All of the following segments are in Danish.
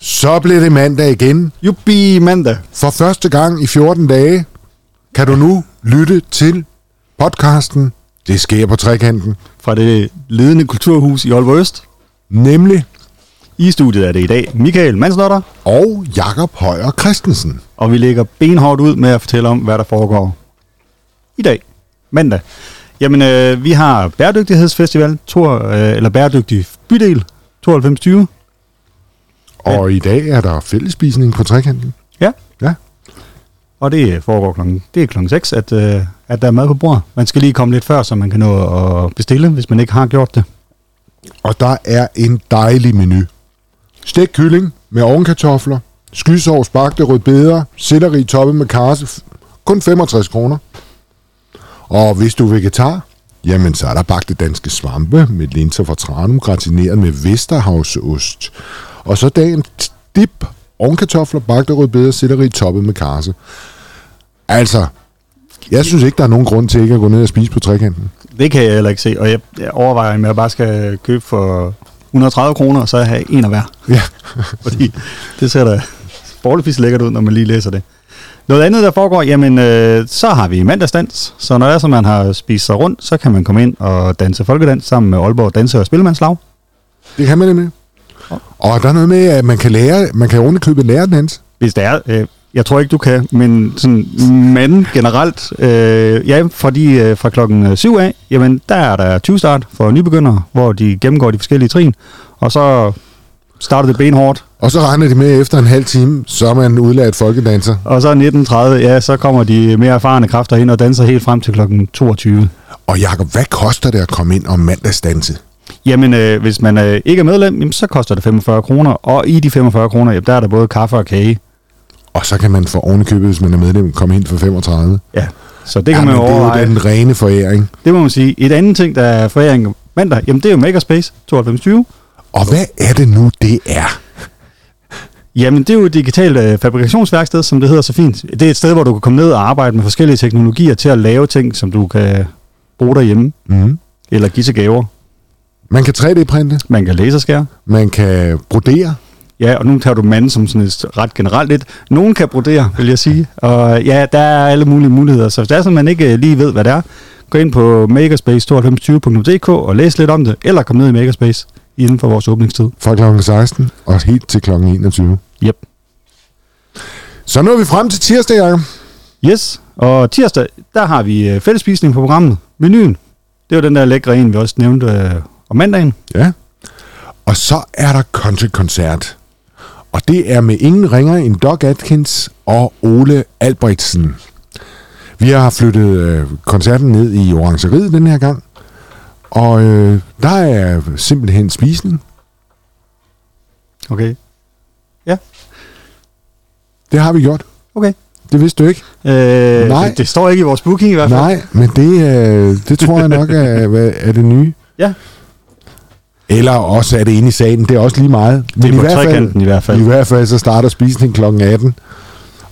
Så blev det mandag igen. Jubi mandag. For første gang i 14 dage kan du nu lytte til podcasten Det sker på trekanten. Fra det ledende kulturhus i Aalborg Øst. Nemlig I studiet er det i dag Michael Mansnotter, og Jakob Højer Christensen. og vi lægger benhårdt ud med at fortælle om, hvad der foregår i dag, mandag. Jamen, øh, vi har Bæredygtighedsfestival, to, øh, eller Bæredygtig Bydel 9220. Og i dag er der fællespisning på trekanten. Ja, Ja, og det foregår klokken, det er klokken 6, at, øh, at der er mad på bordet. Man skal lige komme lidt før, så man kan nå at bestille, hvis man ikke har gjort det. og der er en dejlig menu. Stegt kylling med ovenkartofler, skysovs, bagte rødbeder, selleri toppet med karse. Kun 65 kroner. Og hvis du er vegetar, jamen så er der bagte danske svampe med linser fra Tranum, gratineret med Vesterhavsost. Og så dagens dip, ovenkartofler, bagte rødbeder, selleri toppet med karse. Altså, jeg synes ikke, der er nogen grund til ikke at gå ned og spise på trekanten. Det kan jeg heller ikke se, og jeg, jeg overvejer, om jeg bare skal købe for 130 kroner, og så have en af hver. Ja. Fordi det ser da forholdsvis lækkert ud, når man lige læser det. Noget andet, der foregår, jamen, øh, så har vi mandagsdans. Så når det er, så man har spist sig rundt, så kan man komme ind og danse folkedans sammen med Aalborg Danse- og Spillemandslag. Det kan man nemlig. Og der er noget med, at man kan lære, man kan ordentligt købe lærerdans. Hvis det er, øh, jeg tror ikke, du kan, men sådan men generelt, øh, ja, fordi øh, fra klokken 7 af, jamen, der er der 20 start for nybegyndere, hvor de gennemgår de forskellige trin, og så starter det benhårdt, Og så regner de med efter en halv time, så er man udlært folkedanser. og så 19.30, ja, så kommer de mere erfarne kræfter ind og danser helt frem til klokken 22. Og Jakob, hvad koster det at komme ind og mandagsdanse? Jamen, øh, hvis man øh, ikke er medlem, jamen, så koster det 45 kroner, og i de 45 kroner, jamen, der er der både kaffe og kage. Og så kan man for ovenikøbet, hvis man er medlem, komme ind for 35. Ja. Så det kan man Jamen, jo det er overveje. jo Det, den rene foræring. det må man sige. Et andet ting, der er foræring mandag, jamen det er jo Makerspace 9220. Og hvad er det nu, det er? Jamen, det er jo et digitalt øh, fabrikationsværksted, som det hedder så fint. Det er et sted, hvor du kan komme ned og arbejde med forskellige teknologier til at lave ting, som du kan bruge derhjemme, Mm. eller give til gaver. Man kan 3D-printe, Man kan laserskære. man kan brodere, Ja, og nu tager du manden som sådan et ret generelt lidt. Nogen kan brodere, vil jeg sige. Og ja, der er alle mulige muligheder. Så hvis det er sådan, man ikke øh, lige ved, hvad det er, gå ind på makerspace9220.dk og læs lidt om det, eller kom ned i Makerspace inden for vores åbningstid. fra kl. 16 og helt til kl. 21. Yep. Så nu er vi frem til tirsdag, Jacob. Yes, og tirsdag, der har vi øh, fællesspisning på programmet. Menuen, det var den der lækre en, vi også nævnte øh, om mandagen. Ja. Og så er der countrykoncert. Og det er med ingen ringer end Doc Atkins og Ole Albrechtsen. Vi har flyttet øh, koncerten ned i Orangeriet den her gang. Og øh, der er simpelthen spisning. Okay. Ja, Det har vi gjort. okay. Det vidste du ikke. Øh, Nej. Det, det står ikke i vores booking i hvert fald. Nej, men det, øh, det tror jeg nok er, hvad- er det nye. Ja, Eller også er det inde i salen. Det er også lige meget. Men det er i på hvert fald, trekanten i hvert fald. I hvert fald så starter spisningen kl. 18. Og Ja.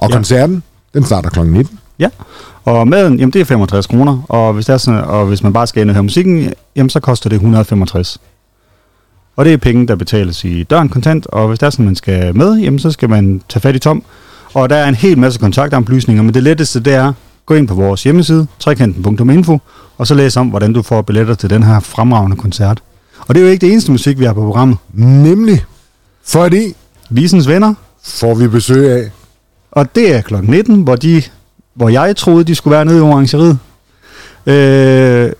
ja. koncerten, den starter kl. 19. Ja, og maden, jamen det er 65 kroner, og hvis, det er sådan, og hvis man bare skal ind og høre musikken, jamen så koster det 165. Og det er penge, der betales i døren kontant, og hvis det er sådan, man skal med, jamen så skal man tage fat i Tom. Og der er en hel masse kontaktanplysninger, men det letteste det er, gå ind på vores hjemmeside, trekanten.info, og så læs om, hvordan du får billetter til den her fremragende koncert. Og det er jo ikke det eneste musik, vi har på programmet. Nemlig, fordi Visens venner, får vi besøg af. Og det er klokken 19, hvor, de, hvor jeg troede, de skulle være nede i orangeriet. Øh,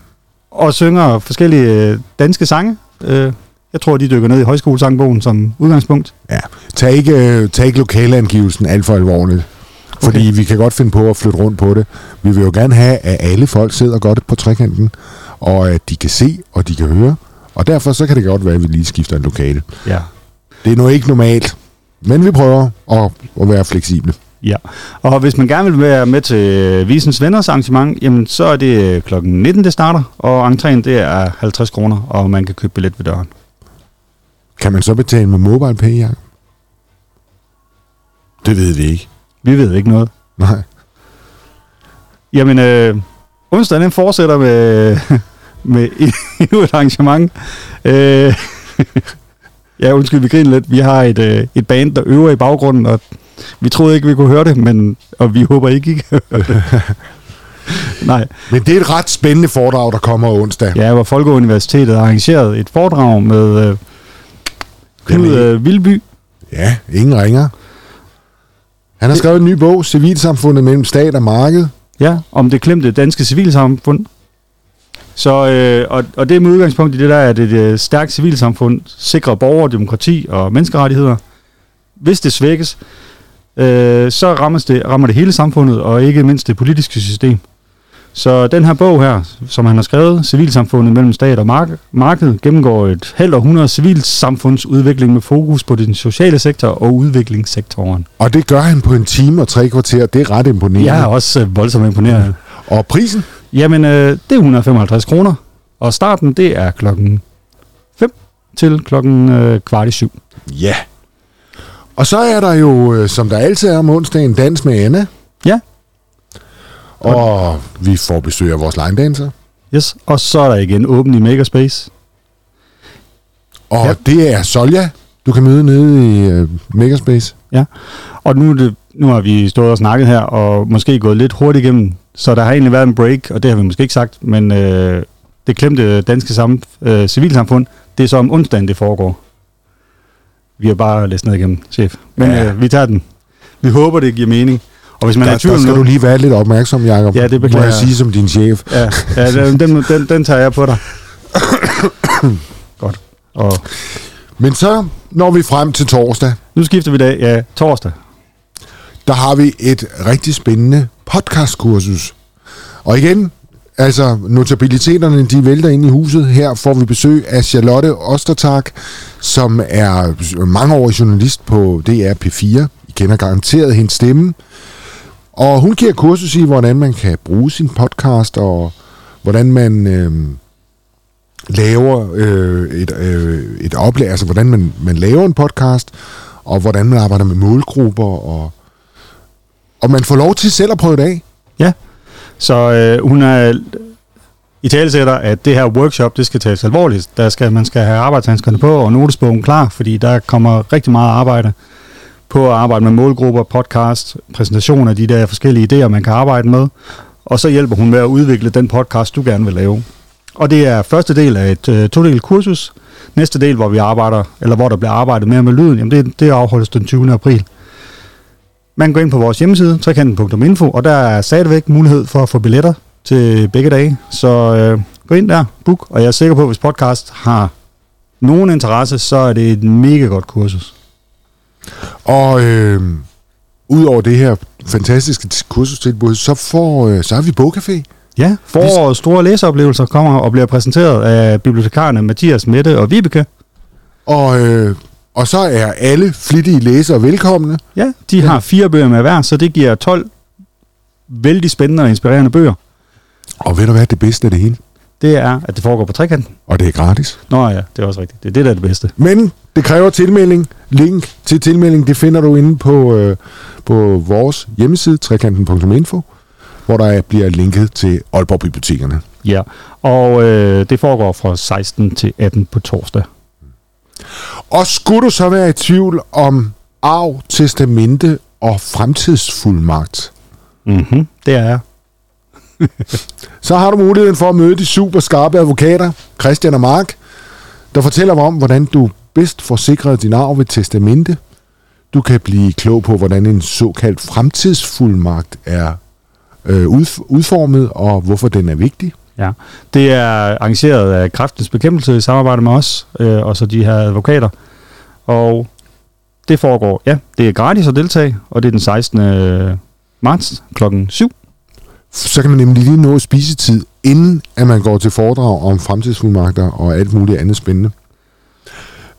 og synger forskellige øh, danske sange. Øh, jeg tror, de dykker ned i højskolesangbogen som udgangspunkt. Ja. Tag ikke, øh, tag ikke lokaleangivelsen alt for alvorligt. Fordi vi kan godt finde på at flytte rundt på det. Vi vil jo gerne have, at alle folk sidder godt på trekanten, og at de kan se, og de kan høre. Og derfor så kan det godt være, at vi lige skifter en lokale. Ja. Det er nu ikke normalt, men vi prøver at, at være fleksible. ja. Og hvis man gerne vil være med til øh, Visens Venners arrangement, jamen, så er det øh, klokken 19, det starter. Og entréen, det er 50 kroner, og man kan købe billet ved døren. Kan man så betale med MobilePay, Jacob? Det ved vi ikke. Vi ved ikke noget. Nej. Jamen, øh, onsdagen den fortsætter med, med endnu et arrangement. Øh, Ja, undskyld, vi griner lidt. Vi har et, øh, et band, der øver i baggrunden, og vi troede ikke, vi kunne høre det, men, og vi håber ikke, I kan høre det. Nej. Men det er et ret spændende foredrag, der kommer onsdag. Ja, hvor Folkeuniversitetet har arrangeret et foredrag med øh, Knud Jamen, øh, Vildby. Ja, ingen ringer. Han har skrevet en ny bog, Civilsamfundet mellem stat og marked. Ja, om det klemte danske civilsamfund. Så, øh, og, og det er med udgangspunkt i det der, at et øh, stærkt civilsamfund sikrer borgere, demokrati og menneskerettigheder. Hvis det svækkes, øh, så rammes det, rammer det hele samfundet, og ikke mindst det politiske system. Så den her bog her, som han har skrevet, Civilsamfundet mellem stat og mark- marked, gennemgår et halvt århundrede civilsamfundsudvikling med fokus på den sociale sektor og udviklingssektoren. Og det gør han på en time og tre kvarter. Det er ret imponerende. Jeg er også øh, voldsomt imponeret. Og prisen? Jamen, øh, det er 155 kroner, og starten det er klokken 5 til klokken øh, kvart i syv. Ja. Og så er der jo, øh, som der altid er om onsdagen, dans med Anna. Ja, Og vi får besøg af vores linedancer. yes. Og så er der igen åben i Makerspace. Og Ja. ja. det er Solja, du kan møde nede i øh, Makerspace. Ja. Og nu, er det, nu har vi stået og snakket her, og måske gået lidt hurtigt igennem, så der har egentlig været en break, og det har vi måske ikke sagt, men øh, det klemte danske samf- øh, civilsamfund, det er så om onsdagen, det foregår. Vi har bare læst ned igennem, chef. Men Ja. ja. øh, vi tager den. Vi håber, det giver mening. Og hvis man Der, er i tvivl der om skal noget- du lige være lidt opmærksom, Jacob. Ja, det beklager Må jeg jeg. sige som din chef. Ja, ja den, den, den, den tager jeg på dig. Godt. Og Men så når vi frem til torsdag. nu skifter vi dag. Ja, torsdag. der har vi et rigtig spændende podcastkursus. Og igen, altså notabiliteterne, de vælter ind i huset. Her får vi besøg af Charlotte Ostertag, som er mangeårig journalist på DR P4. I kender garanteret hendes stemme. Og hun giver kursus i, hvordan man kan bruge sin podcast, og hvordan man øh, laver øh, et, øh, et oplag, altså hvordan man, man laver en podcast, og hvordan man arbejder med målgrupper, og og man får lov til selv at prøve det af. Ja. Så øh, hun er i talesætter, at det her workshop, det skal tages alvorligt. Der skal, man skal have arbejdshandskerne på og notesbogen klar, fordi der kommer rigtig meget arbejde på at arbejde med målgrupper, podcast, præsentation af de der forskellige idéer, man kan arbejde med. Og så hjælper hun med at udvikle den podcast, du gerne vil lave. Og det er første del af et øh, todelt kursus. Næste del, hvor vi arbejder, eller hvor der bliver arbejdet mere med lyden, jamen det, det afholdes den 20. april. Man går ind på vores hjemmeside, trekanten.info, og der er stadigvæk mulighed for at få billetter til begge dage. Så øh, gå ind der, book, og jeg er sikker på, at hvis podcast har nogen interesse, så er det et mega godt kursus. Og øh, udover det her fantastiske t- kursustilbud, så, får, øh, så har vi bogcafé. Ja, forårets store læseoplevelser kommer og bliver præsenteret af bibliotekarerne Mathias, Mette og Vibeke. Og, øh, og så er alle flittige læsere velkomne. Ja, de har fire bøger med hver, så det giver 12 vældig spændende og inspirerende bøger. Og ved du hvad, det bedste af det hele? Det er, at det foregår på trekanten. Og det er gratis. Nå ja, det er også rigtigt. Det er det, der er det bedste. Men det kræver tilmelding. Link til tilmelding, det finder du inde på, øh, på vores hjemmeside, trekanten.info, hvor der er- bliver linket til Aalborg Bibliotekerne. Ja, og øh, det foregår fra 16 til 18 på torsdag. Og skulle du så være i tvivl om arv, testamente og fremtidsfuldmagt, Mm-hmm. Det er jeg. Så har du muligheden for at møde de super skarpe advokater, Christian og Mark, der fortæller om, hvordan du bedst får sikret din arv ved testamente. Du kan blive klog på, hvordan en såkaldt fremtidsfuldmagt er øh, udf- udformet, og hvorfor den er vigtig. Ja. Det er arrangeret af Kræftens Bekæmpelse i samarbejde med os, øh, og så de her advokater. Og det foregår, ja, det er gratis at deltage, og det er den 16. marts klokken 7. Så kan man nemlig lige nå spisetid, inden at man går til foredrag om fremtidsfuldmagter og alt muligt andet spændende.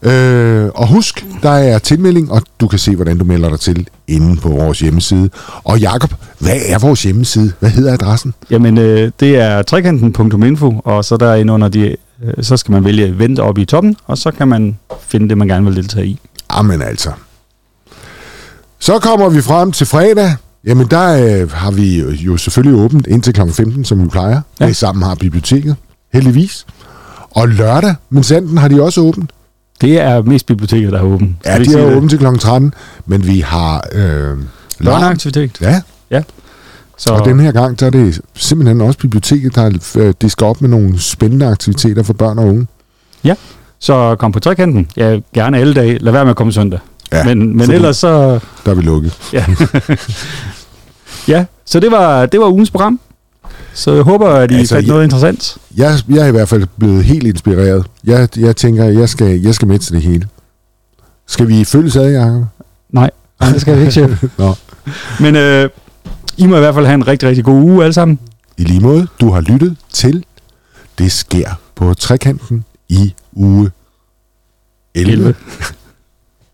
Øh, og husk, der er tilmelding, og du kan se, hvordan du melder dig til inde på vores hjemmeside. Og Jakob, hvad er vores hjemmeside? Hvad hedder adressen? Jamen, øh, det er trekanten.info, og så derinde under de, øh, så skal man vælge event oppe i toppen, og så kan man finde det, man gerne vil deltage i. Amen altså. Så kommer vi frem til fredag. Jamen, der øh, har vi jo selvfølgelig åbent indtil kl. 15, som vi plejer. Ja. Ja. Det sammen har biblioteket, heldigvis. Og lørdag, men sanden har de også åbent. Det er mest biblioteket, der er åben. Ja, de er åbne til kl. 13, men vi har... Øh, larm. Børneaktivitet. Ja, Så, og den her gang, der er det simpelthen også biblioteket, der øh, det skal op med nogle spændende aktiviteter for børn og unge. så kom på trekanten. Ja, gerne alle dage. Lad være med at komme søndag. Ja, men men fordi- ellers så... Der er vi lukket. Ja, så det var, det var ugens program. Så jeg håber, at I Altså, altså, fandt ja. noget interessant. Jeg, jeg er i hvert fald blevet helt inspireret. Jeg, jeg tænker, jeg skal, jeg skal med til det hele. Skal vi følges ad, Jacob? Nej, nej det skal vi ikke, chef. Nå. Men øh, I må i hvert fald have en rigtig, rigtig god uge alle sammen. I lige måde, du har lyttet til Det sker på trekanten i uge 11. 11.